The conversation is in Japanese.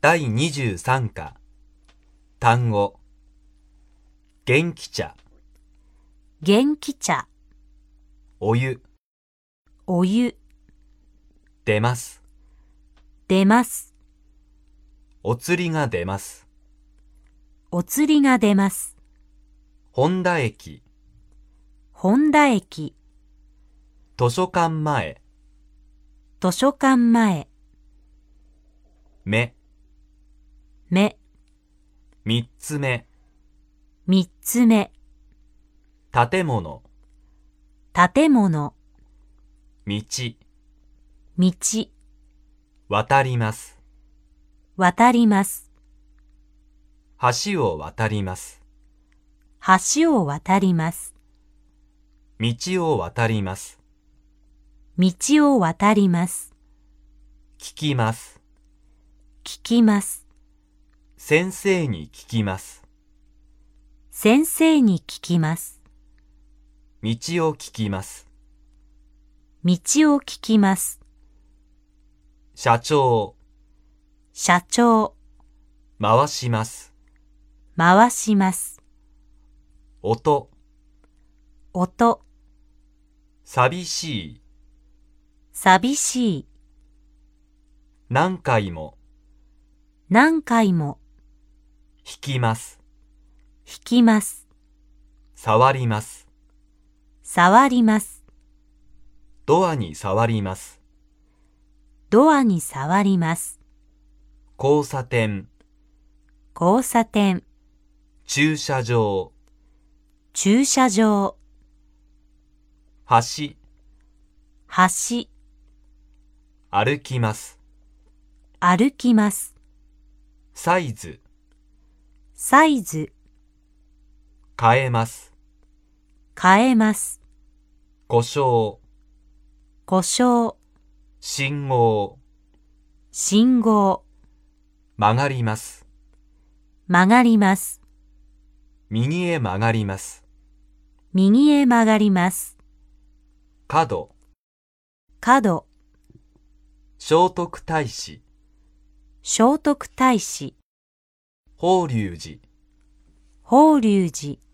第23課単語元気茶元気茶、お湯お湯、出ます出ます。お釣りが出ますお釣りが出ます。本田駅本田駅、図書館前図書館前、目目、三つ目三つ目、建物建物、道道、渡ります渡ります。橋を渡ります橋を渡ります。道を渡ります道を渡ります。聞きます聞きます。先生に聞きます先生に聞きます。道を聞きます道を聞きます。社長社長、回します回します。音音、寂しい寂しい。何回も何回も、引きます、引きます。触ります、触ります。ドアに触ります、ドアに触ります。交差点、交差点、駐車場、駐車場、橋、橋、歩きます、歩きます。サイズ、サイズ、変えます、変えます。故障、故障、信号、信号、曲がります、曲がります。右へ曲がります、右へ曲がります。角、角、聖徳太子、聖徳太子、法隆寺、法隆寺、